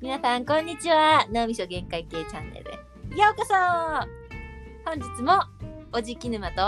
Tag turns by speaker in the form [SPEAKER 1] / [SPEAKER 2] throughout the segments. [SPEAKER 1] 皆さんこんにちは脳みそ限界系チャンネルへようこそ本日もおじき沼と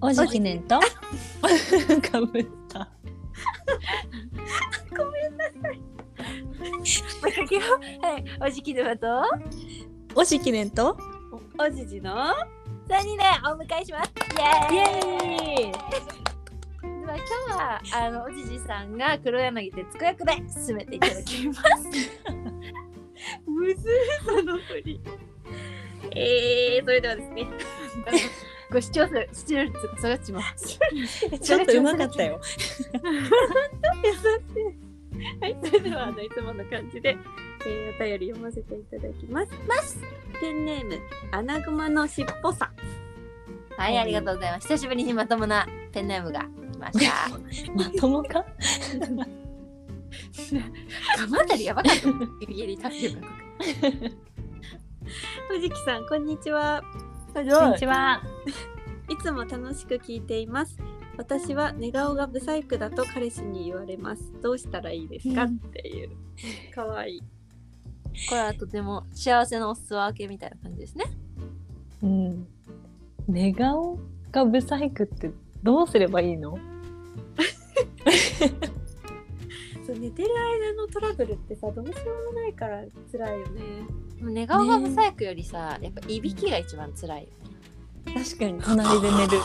[SPEAKER 2] おじきね んと。かぶった。
[SPEAKER 1] はいおじき沼と
[SPEAKER 2] おじきねんと。
[SPEAKER 1] おじじの3人でお迎えしますイエーイ
[SPEAKER 2] ーイ。
[SPEAKER 1] まあ今日はあのおじじさんが黒柳徹子役で進めていただきますむずいその振り えー、それではですねあの ご視聴数視聴率が下がっちまう
[SPEAKER 2] ちょっとうまかったよ。
[SPEAKER 1] 優しい。はい、それではあのいつもの感じで、えー、お便り読ませていただきます。ます。
[SPEAKER 3] ペンネームアナグマのしっぽさん
[SPEAKER 1] はい、ありがとうございます。久しぶりにまともなペンネームが来ました。
[SPEAKER 2] まとも か。
[SPEAKER 1] このあたりやばかった。ギリギリタフィ
[SPEAKER 3] 藤木さんこんにちは
[SPEAKER 2] こん
[SPEAKER 1] こんにちは。
[SPEAKER 3] いつも楽しく聞いています私は寝顔がブサイクだと彼氏に言われますどうしたらいいですか、
[SPEAKER 2] うん
[SPEAKER 3] っていう可愛いい
[SPEAKER 1] これはとても幸せのお裾分けみたいな感じですね。
[SPEAKER 2] うん。寝顔がブサイクってどうすればいいの？
[SPEAKER 3] そう寝てる間のトラブルってさどうしようもないから辛いよね
[SPEAKER 1] でも寝顔が不細工よりさ、やっぱいびきが一番辛 いよね。
[SPEAKER 2] 確かに隣で寝 る。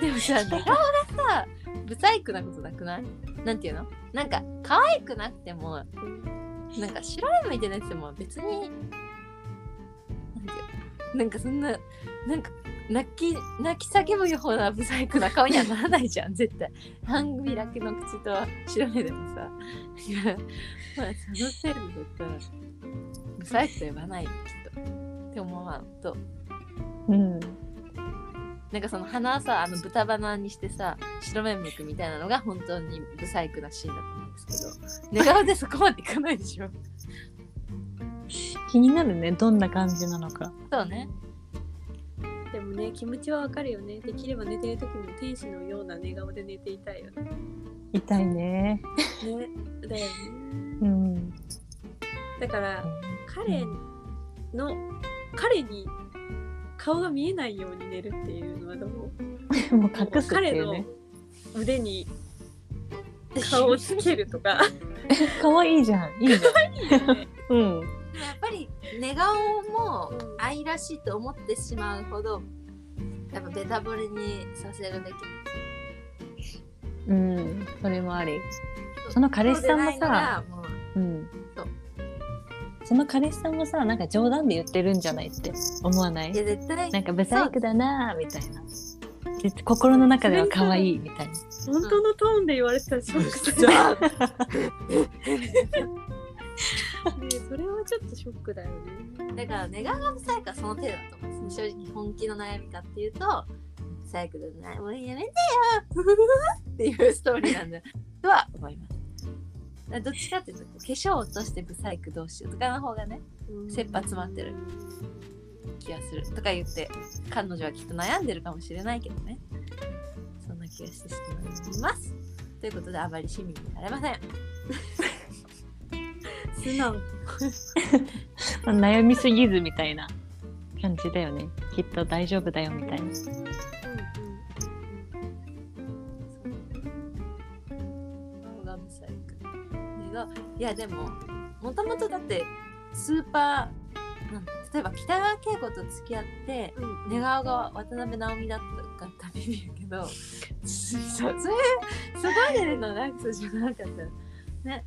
[SPEAKER 1] でもさ、寝顔がさ、不細工なことなくないなんていうのなんか、可愛くなくても、なんか、白い目いてなくても、別に、なんていうなんかそんな、なんか、泣き、泣き叫ぶような不細工な顔にはならないじゃん、絶対。半開きの口と白目でもさ、 いやまあ、その程度だったら、不細工と呼ばないよ、きっと。って思わんと。
[SPEAKER 2] うん。
[SPEAKER 1] なんかその鼻はさあの豚鼻にしてさ白目向くみたいなのが本当にブサイクなシーンだと思うんです けど寝顔でそこまでいかないでしょ
[SPEAKER 2] 気になるね。どんな感じなのか。
[SPEAKER 1] そうね
[SPEAKER 3] でもね気持ちはわかるよねできれば寝てる時も天使のような寝顔で寝ていたいよね
[SPEAKER 2] 痛いね。
[SPEAKER 3] ねだよね
[SPEAKER 2] うん。
[SPEAKER 3] だから彼の彼に顔が見えないように寝るっていうのはどう
[SPEAKER 2] もう隠すって
[SPEAKER 3] 彼
[SPEAKER 2] いう
[SPEAKER 3] の
[SPEAKER 2] ね。
[SPEAKER 3] 腕に顔をつけると か
[SPEAKER 2] 可愛いじゃん。い いじゃん。
[SPEAKER 3] いいよね
[SPEAKER 2] う
[SPEAKER 1] で
[SPEAKER 2] ん。
[SPEAKER 1] もやっぱり寝顔も愛らしいと思ってしまうほどやっぱベタ惚れにさせるべき
[SPEAKER 2] うん。それもあり。その彼氏さんもさ
[SPEAKER 1] そうでないならもう
[SPEAKER 2] うん
[SPEAKER 1] そう。
[SPEAKER 2] その彼氏さんもさ、なんか冗談で言ってるんじゃないって思わない
[SPEAKER 1] いや絶対
[SPEAKER 2] なんかブサイクだなぁみたいな。で心の中では可愛いみたいな。
[SPEAKER 3] 本当のトーンで言われてたらショックするね
[SPEAKER 1] ゃあ
[SPEAKER 3] それはちょっとショックだよね
[SPEAKER 1] だから寝顔が不細工はその程度だと思うんですね正直本気の悩みかっていうと不細工でないもうやめてよっていうストーリーなんだとは思いますだからどっちかっていうと化粧を落として不細工どうしようとかの方がね切羽詰まってる気がするとか言って彼女はきっと悩んでるかもしれないけどねそんな気がしてしまいますということであまり市民になれません
[SPEAKER 3] 素直
[SPEAKER 2] まあ悩みすぎずみたいな感じだよね。きっと大丈夫だよみたいな。
[SPEAKER 1] 顔がブサイク寝顔いやでももともとだってスーパーなん例えば北川景子と付き合って寝顔が渡辺直美だったかったみるけどそうそういうすごい寝るのなんかじゃなかったね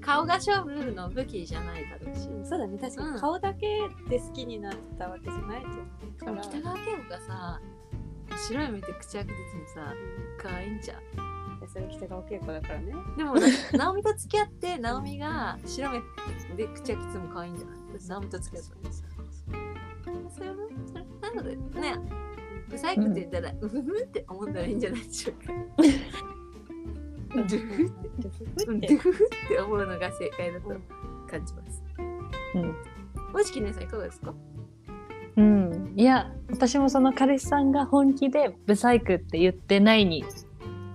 [SPEAKER 1] 顔が勝負の武器じゃないだろうし
[SPEAKER 3] そうだね確か
[SPEAKER 1] うん
[SPEAKER 3] に顔だけで好きになったわけじゃないと思うから
[SPEAKER 1] 北川景子がさ白い目で口開けててもさ可愛いんじゃん
[SPEAKER 3] それ北川景子だ からね
[SPEAKER 1] でもなんか、ナオミと付き合って、ナオミが白目で口開けても可愛いんじゃない私、ナオミと付き合ったんですよ。それはそれなので、ね、ブサイクって言ったら、うふふって思ったらいいんじゃないでしょうか。ドゥ フって、ドゥフフって思うのが正解だと感じます。
[SPEAKER 2] うん。
[SPEAKER 1] もしきねさん、いかがですか
[SPEAKER 2] ううん、いや私もその彼氏さんが本気で「ブサイク」って言ってないに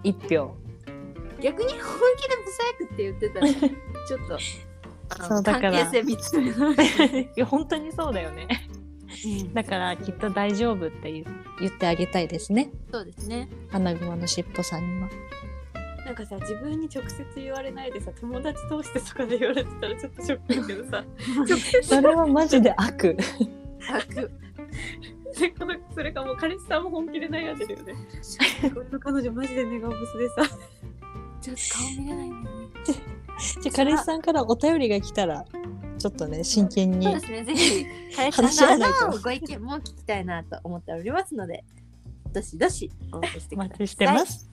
[SPEAKER 2] 一票
[SPEAKER 1] 逆に本気でブサイクって言ってたらちょっとあ
[SPEAKER 2] そ
[SPEAKER 1] の
[SPEAKER 2] うだから
[SPEAKER 1] 関係性見つめない
[SPEAKER 2] いや本当にそうだよねだからきっと大丈夫って言う言ってあげたいですね
[SPEAKER 1] そうですね
[SPEAKER 2] 花熊のしっぽさんには
[SPEAKER 3] なんかさ自分に直接言われないでさ友達通してとかで言われてたらちょっとショックだけ どさ直接
[SPEAKER 2] それはマジで悪
[SPEAKER 1] 楽
[SPEAKER 3] でこのそれかもう彼氏さんも本気で悩んでるよね俺の彼女マジでメガオブスでさ
[SPEAKER 1] ちょっと顔見れないんだよね
[SPEAKER 2] じゃあ彼氏さんからお便りが来たらちょっとね真剣
[SPEAKER 1] そう
[SPEAKER 2] に
[SPEAKER 1] ですね、ぜひ、林
[SPEAKER 2] 話し合
[SPEAKER 1] さ
[SPEAKER 2] わ
[SPEAKER 1] ん
[SPEAKER 2] ないと
[SPEAKER 1] のご意見も聞きたいなと思っておりますので、どしどし応募して
[SPEAKER 2] お
[SPEAKER 1] くだ
[SPEAKER 2] 待
[SPEAKER 1] さい。
[SPEAKER 2] ちしてます、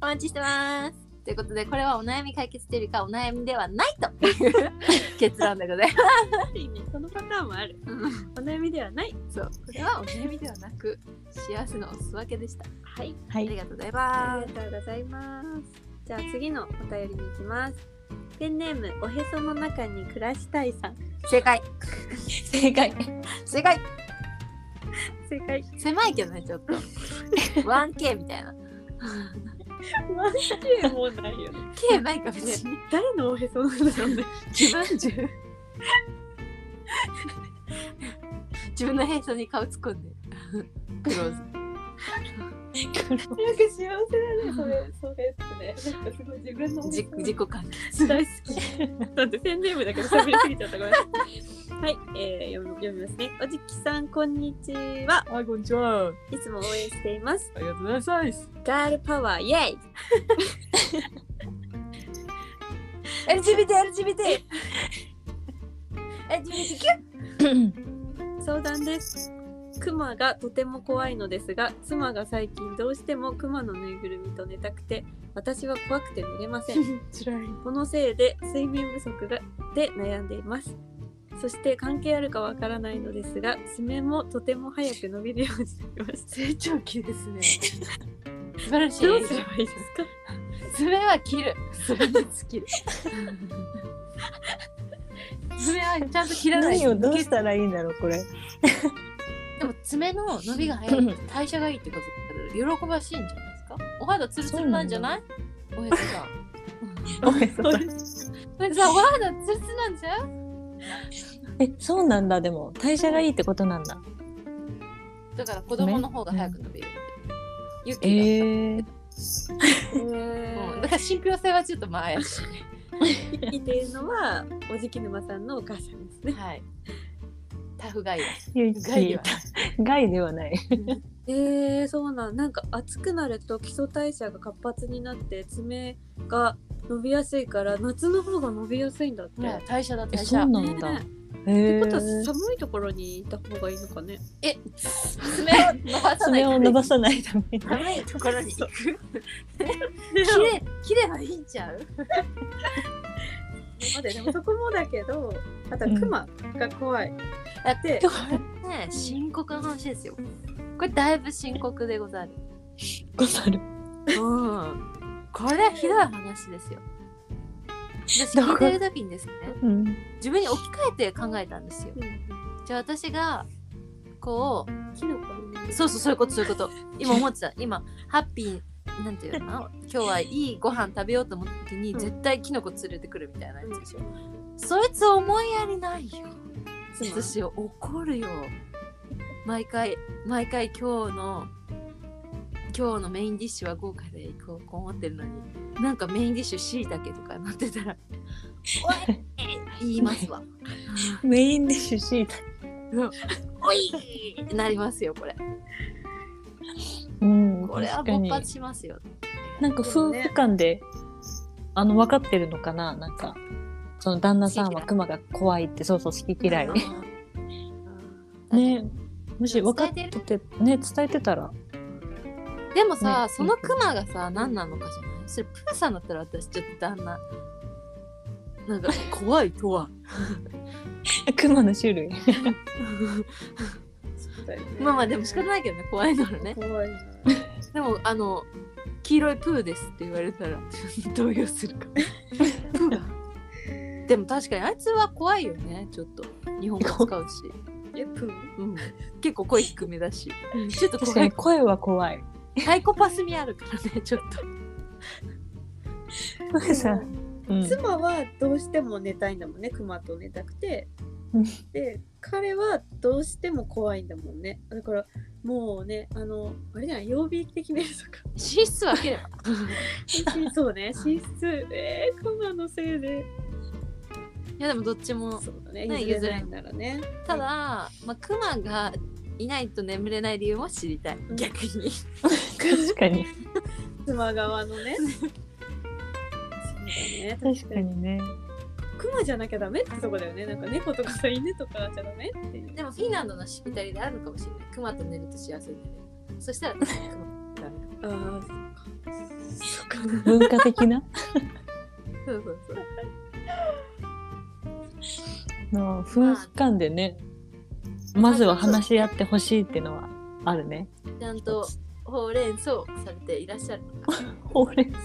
[SPEAKER 1] お待ちしてます。ということで、これはお悩み解決というよりか、お悩みではないという 結論でございま
[SPEAKER 3] ある意味そのパターンもある
[SPEAKER 1] す。
[SPEAKER 3] お悩みではない
[SPEAKER 1] そう、これはお悩みではなく、幸せのおす分けでした。あ
[SPEAKER 3] はい
[SPEAKER 2] は
[SPEAKER 1] り
[SPEAKER 2] い
[SPEAKER 1] がとうござい
[SPEAKER 3] あ
[SPEAKER 1] ま
[SPEAKER 3] りがとうございます。じゃあ次のお便りに行きます。ペンネームおへその中に暮らしたいさん。
[SPEAKER 1] す。正解、
[SPEAKER 2] 正解
[SPEAKER 1] 正解、
[SPEAKER 3] 正解。
[SPEAKER 1] 狭いけどね、ちょっと。1K みたいな。
[SPEAKER 3] マジでもうないよ。
[SPEAKER 1] K ないか、別に。
[SPEAKER 3] 誰のおへその中なんだよ
[SPEAKER 1] 自分中。自分のへそに顔突っ込んで。クローズ。
[SPEAKER 3] なんか幸せだねそれそれってね。なんかすごい自分のお へ
[SPEAKER 1] じ自己関
[SPEAKER 3] そ大好 き。だってペンネームだけど喋りすぎちゃったごめん。はい、えー、読み読みますね。おじきさんこんにちは。
[SPEAKER 2] あこんにちはい
[SPEAKER 3] つも応援しています。
[SPEAKER 2] ありがとうございます
[SPEAKER 3] ガールパワーイエイ。
[SPEAKER 1] 係 LGBT LGBT LGBTQ
[SPEAKER 3] 相談です。クマがとても怖いのですが、妻が最近どうしてもクマのぬいぐるみと寝たくて、私は怖くて寝れませ ん。
[SPEAKER 2] 辛い
[SPEAKER 3] このせいで睡眠不足がで悩んでいます。そして関係あるかわからないのですが、爪もとても早く伸びるようになりました。
[SPEAKER 1] 成長期ですね素晴らし
[SPEAKER 3] どうすれ
[SPEAKER 1] い
[SPEAKER 3] ばいいですか
[SPEAKER 1] 爪は切る爪に尽きる爪はちゃんと切らない
[SPEAKER 2] 何をどうしたらいいんだろうこれ
[SPEAKER 1] でも爪の伸びが早 いって代謝がいいってことだから喜ばしいんじゃないですかお肌ツルツルなんじゃないおへそさん
[SPEAKER 2] おへそさん
[SPEAKER 1] なんかさお肌ツルツルなんじゃう
[SPEAKER 2] えそうなんだでも代謝がいいってことなんだ
[SPEAKER 1] だから子供の方が早く伸びるユ
[SPEAKER 2] え
[SPEAKER 1] キが
[SPEAKER 2] ー、
[SPEAKER 1] うんだから信憑性はちょっとまあ怪し
[SPEAKER 3] 生きているのは、おじき沼さんのお母さんです
[SPEAKER 1] い。
[SPEAKER 3] ね。
[SPEAKER 1] はい。タフガイア。
[SPEAKER 2] ゆき
[SPEAKER 1] ガイア。
[SPEAKER 2] 害ではない
[SPEAKER 3] えー、そうなんなんか暑くなると基礎代謝が活発になって爪が伸びやすいから夏の方が伸びやすいんだって。
[SPEAKER 1] ね
[SPEAKER 3] ね
[SPEAKER 1] 代謝だ
[SPEAKER 2] え
[SPEAKER 1] 代
[SPEAKER 2] そ
[SPEAKER 1] 謝
[SPEAKER 2] う。なんだ
[SPEAKER 3] っ
[SPEAKER 2] へ
[SPEAKER 3] て
[SPEAKER 2] え
[SPEAKER 3] ことは寒いところにいた方がいいの かね。
[SPEAKER 1] え、爪を伸ばさない。
[SPEAKER 2] 爪を伸ばさないために
[SPEAKER 1] 寒いところに行く。
[SPEAKER 3] で
[SPEAKER 1] 切れ切ればいいんちゃう？
[SPEAKER 3] もでもそこもだけど、あと
[SPEAKER 2] うん
[SPEAKER 3] クマが怖い。
[SPEAKER 1] だって
[SPEAKER 3] で
[SPEAKER 1] これね深刻な話ですよ。これだいぶ深刻でござる。
[SPEAKER 2] ござる
[SPEAKER 1] うん。これはひどい話ですよ。私聞いてる時にですね、
[SPEAKER 2] うん
[SPEAKER 1] 自分に置き換えて考えたんですよ。じゃあ私がこう
[SPEAKER 3] キノコの匂い
[SPEAKER 1] そうそうそういうことそういうこと今思ってた今ハッピーなんていうのかな今日はいいご飯食べようと思った時に
[SPEAKER 3] うん
[SPEAKER 1] 絶対キノコ連れてくるみたいなや
[SPEAKER 3] うん
[SPEAKER 1] つでしょ、そいつ思いやりないよ
[SPEAKER 3] 妻
[SPEAKER 1] 私怒るよ毎回毎回今日の今日のメインディッシュは豪華でいこうこう思ってるのになんかメインディッシュしいたけとかなってたら 「おい!」言います わ
[SPEAKER 2] メインディッシュシー
[SPEAKER 1] 「おい!」ってなりますよこれ
[SPEAKER 2] うん
[SPEAKER 1] これは
[SPEAKER 2] 確か
[SPEAKER 1] 勃
[SPEAKER 2] に
[SPEAKER 1] 発しますよ
[SPEAKER 2] なんか夫婦間であの分かってるのかななんかその旦那さんはクマが怖いってそうそう好き嫌い
[SPEAKER 1] あー
[SPEAKER 2] ねもし分かっててね伝えてたら
[SPEAKER 1] でもさ、
[SPEAKER 2] ね
[SPEAKER 1] そのクマがさ、何なのかじゃないそれプーさんだったら私ちょっと旦那なんか怖いとは
[SPEAKER 2] クマの種 類
[SPEAKER 1] まあまあでも仕方ないけどね怖いならね
[SPEAKER 3] 怖いな。
[SPEAKER 1] でもあの黄色いプーですって言われたら 動揺するかも プーがでも確かにあいつは怖いよねちょっと日本語使うし
[SPEAKER 3] えプー
[SPEAKER 1] うん、結構声低めだ し、ちょっと
[SPEAKER 2] 確か
[SPEAKER 1] 怖
[SPEAKER 2] に
[SPEAKER 1] い
[SPEAKER 2] 声は怖い。
[SPEAKER 1] サイコパス味あるからねちょっと
[SPEAKER 2] プーさん。 うん
[SPEAKER 3] 妻はどうしても寝たいんだもんねクマと寝たくて
[SPEAKER 2] うん
[SPEAKER 3] で彼はどうしても怖いんだもんねだからもうねあのあれじゃない曜日って決めるとか
[SPEAKER 1] 寝室分けれ ば
[SPEAKER 3] そう ね寝室えー、クマのせいで
[SPEAKER 1] いやでもどっちも
[SPEAKER 3] そうだね
[SPEAKER 1] ね
[SPEAKER 3] 譲れないならね
[SPEAKER 1] ただ、まあ、クマがいないと眠れない理由も知りたい
[SPEAKER 3] ん
[SPEAKER 1] 逆に
[SPEAKER 2] 確かに。
[SPEAKER 3] 妻側のねそうだね
[SPEAKER 2] 確かにね。
[SPEAKER 3] クマじゃなきゃダメってとこだよねなんか猫とかさ犬とかじゃダメっていう
[SPEAKER 1] でもフィンランドのしきたりであるのかもしれないクマと寝ると幸せになれるそしたらクマとダメ
[SPEAKER 3] ああそっか
[SPEAKER 2] 文化的 な
[SPEAKER 1] そうそうそう
[SPEAKER 2] の夫婦間でね、まずは話し合ってほしいっていうのはあるね。
[SPEAKER 1] ちゃんとほうれん草されていらっしゃるのか
[SPEAKER 2] ほうれん草。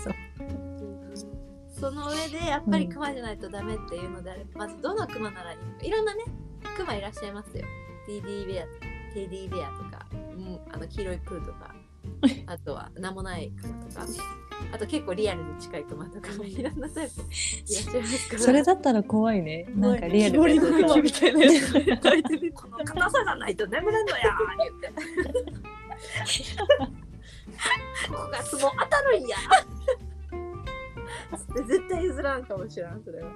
[SPEAKER 1] その上でやっぱりクマじゃないとダメっていうのであれば、まずどのクマならいいのかいろんなねクマいらっしゃいますよティーディーベアティーディーベアとか、うん、あの黄色いプーとかあとは名もないクマとかあと結構リアルに近いクマとか
[SPEAKER 3] うん
[SPEAKER 1] いろんなタイプいらっしゃいますから
[SPEAKER 2] それだったら怖いね。なんかリアル
[SPEAKER 3] 木彫りの クマみたいなやつ
[SPEAKER 1] この硬さがないと眠れんのやーって言ってここが相撲当たるんや
[SPEAKER 3] 絶対譲らんかもしれんそれは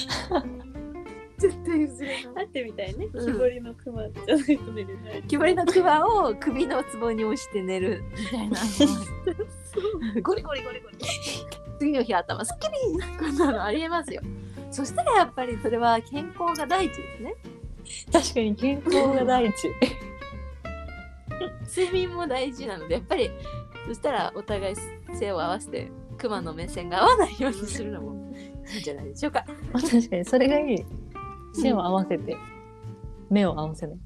[SPEAKER 3] 絶対譲れない会ってみたいね木
[SPEAKER 1] うん
[SPEAKER 3] 彫りのクマじゃないと寝れない、
[SPEAKER 1] 木彫りのクマを首のつぼに押して寝るみたいなゴリゴリゴリゴリ次の日頭すっきりこんなのありえますよそしたらやっぱりそれは健康が第一ですね
[SPEAKER 2] 確かに健康が第一。
[SPEAKER 1] 睡眠も大事なのでやっぱりそしたらお互い背を合わせてクマの目線が合わないようにするのもいいんじゃないでしょうか
[SPEAKER 2] 確かにそれがいい。背を合わせて、目を合わせない。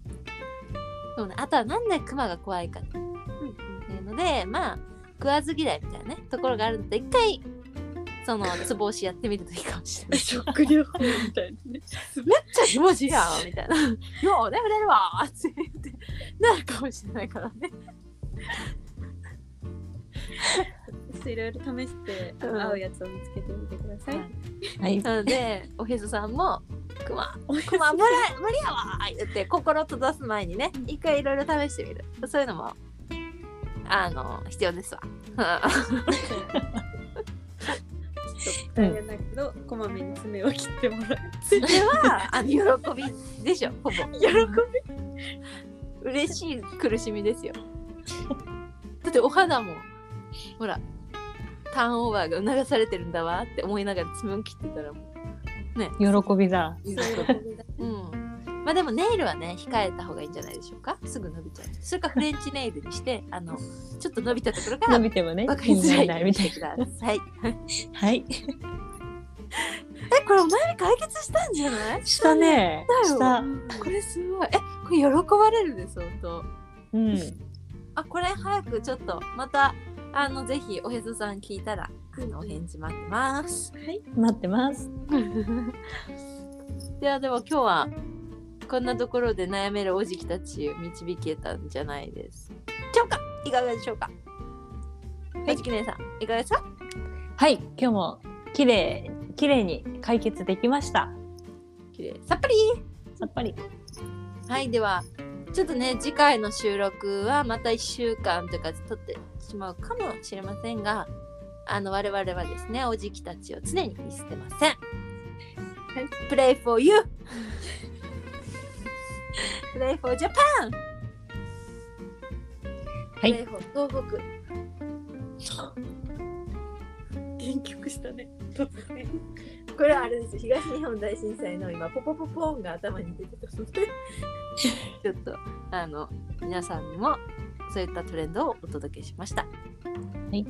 [SPEAKER 1] そうね、あとはなんでクマが怖いかっていうのでまあ食わず嫌いみたいなねところがあるので一回そのつぼ押しやってみるといいかもし れない
[SPEAKER 3] 食療法みたいなね
[SPEAKER 1] めっちゃ気持ちいいやんみたい な。よう眠れるわーって言ってなるかもしれないからね。
[SPEAKER 3] ちょっといろいろ試して、
[SPEAKER 1] うん
[SPEAKER 3] 合うやつを見つけてみてください、
[SPEAKER 1] はい
[SPEAKER 2] はい。
[SPEAKER 1] なので、おへそさんも、クマ、
[SPEAKER 3] おやす
[SPEAKER 1] ク
[SPEAKER 3] み
[SPEAKER 1] マ無理無理やわー言って心閉ざす前にね、一回いろいろ試してみる。そういうのも、あの、必要ですわ。
[SPEAKER 3] ちょっと大変だけど、こまめに爪を切ってもらう
[SPEAKER 1] それは、あの、喜びでしょ、ほぼ。
[SPEAKER 3] 喜
[SPEAKER 1] 嬉しい苦しみですよ。だってお肌も、ほら、ターンオーバーが促されてるんだわーって思いながら爪を切ってたらもう、ね、
[SPEAKER 2] 喜びだ。
[SPEAKER 3] び
[SPEAKER 1] うん。まあでもネイルはね控えた方がいいんじゃないでしょうか。すぐ伸びちゃう。それかフレンチネイルにしてあのちょっと伸びたところから
[SPEAKER 2] 伸びてもね、
[SPEAKER 1] 分か
[SPEAKER 2] 気
[SPEAKER 1] り
[SPEAKER 2] にな
[SPEAKER 1] づ
[SPEAKER 2] ら
[SPEAKER 1] ら
[SPEAKER 2] ないい
[SPEAKER 1] み
[SPEAKER 2] み
[SPEAKER 1] た
[SPEAKER 2] た
[SPEAKER 1] い
[SPEAKER 2] い
[SPEAKER 1] ください。
[SPEAKER 2] な。はい。
[SPEAKER 1] えこれお悩み解決したんじゃない？
[SPEAKER 2] した。ね。した。
[SPEAKER 1] これすごい。えこれ喜ばれるで相当。
[SPEAKER 2] うん。
[SPEAKER 1] あこれ早くちょっとまたあのぜひおへそさん聞いたらあのお返事待ってます。
[SPEAKER 3] はい
[SPEAKER 2] 待ってます。
[SPEAKER 1] ではでも今日はこんなところで悩めるおじきたちを導けたんじゃないですしょうかいかがでしょうか、
[SPEAKER 2] い
[SPEAKER 1] おじき姉さんいかがですか
[SPEAKER 2] はい。今日も綺麗綺麗に解決できました。
[SPEAKER 1] 綺麗さっぱり
[SPEAKER 2] さっぱり。
[SPEAKER 1] はいではちょっとね次回の収録はまた1週間というか撮ってしまうかもしれませんがあの我々はですねおじきたちを常に見捨てません、Play for you Play for Japan
[SPEAKER 2] はい、
[SPEAKER 1] プレイフォー東北
[SPEAKER 3] 原曲したね突然
[SPEAKER 1] これはあれです東日本大震災の今ポポポポーンが頭に出てたのでちょっとあの皆さんにもそういったトレンドをお届けしました。はい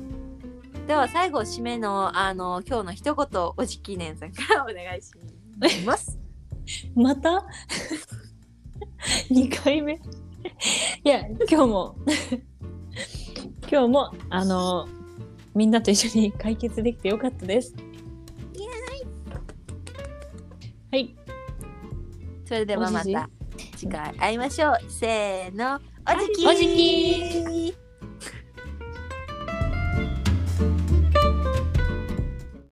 [SPEAKER 1] では最後締めのあの今日の一言をおじきねんさんからお願いし ます。
[SPEAKER 2] また 2回目いや今日も今日もあのみんなと一緒に解決できてよかったですはい
[SPEAKER 1] それではま
[SPEAKER 2] おじじ
[SPEAKER 1] た次回会いましょう。せーの、おじき
[SPEAKER 2] おじき